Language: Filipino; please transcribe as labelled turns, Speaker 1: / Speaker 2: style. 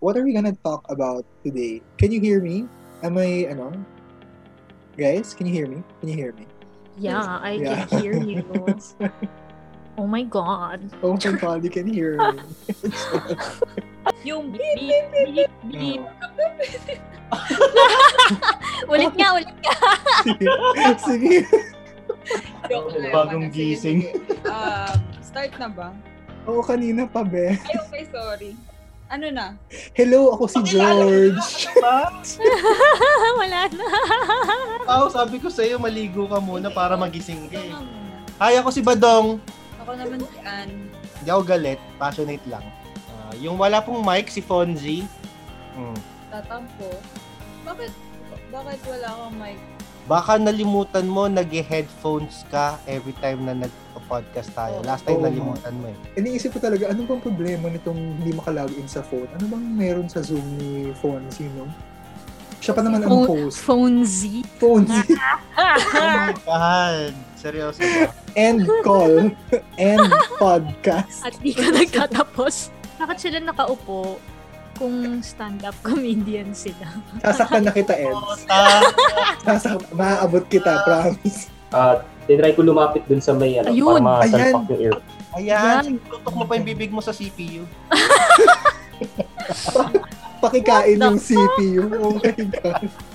Speaker 1: what are we gonna talk about today? Can you hear me? Am I, ano? Guys, can you hear me? Can you hear me?
Speaker 2: Yeah, I
Speaker 1: Yeah.
Speaker 2: can hear you. oh my god.
Speaker 1: Oh my god, you can hear me.
Speaker 2: Yung beep, beep, beep, beep. ulit nga, ulit nga.
Speaker 1: Sige. Sige.
Speaker 2: Oh,
Speaker 3: Joke lang.
Speaker 4: Bagong
Speaker 3: Sige,
Speaker 4: gising.
Speaker 3: sige. Um, start na ba?
Speaker 1: Oo, kanina pa, be.
Speaker 3: Ay, okay, sorry. Ano na?
Speaker 1: Hello, ako si George.
Speaker 2: Wala na.
Speaker 4: Pao, sabi ko sa'yo, maligo ka muna para magising ka eh.
Speaker 3: Ikaw muna.
Speaker 4: Hi, ako si Badong.
Speaker 3: Ako naman si Ann.
Speaker 4: Hindi ako galit, passionate lang. Ah, yung wala pong mic, si Fonzie. Hmm.
Speaker 3: Tatampo. Bakit? Bakit wala akong mic?
Speaker 4: Baka nalimutan mo, nag-headphones ka every time na nag-podcast tayo. Last time,
Speaker 1: Oo.
Speaker 4: nalimutan mo eh.
Speaker 1: Iniisip ko talaga, ano bang problema nitong hindi makalogin sa phone? Ano bang meron sa Zoom ni phone? Sino? Siya pa naman ang
Speaker 2: Phone-
Speaker 1: host.
Speaker 2: Phone Z.
Speaker 1: Phone
Speaker 4: Oh my God! Seryoso ba?
Speaker 1: and call and podcast.
Speaker 2: At di ka nagtatapos. Bakit sila nakaupo kung stand-up comedian sila?
Speaker 1: Sasaktan na kita, Ed.
Speaker 4: Puta!
Speaker 1: Sasak maaabot kita, promise.
Speaker 5: Ah, tinry ko lumapit dun sa may ano,
Speaker 2: Ayun.
Speaker 5: para masalpak
Speaker 1: Ayan.
Speaker 5: yung ear.
Speaker 2: Yan.
Speaker 4: Ayan, sige, tutok mo pa yung bibig mo sa CPU.
Speaker 1: Pakikain yung CPU. Oh my God.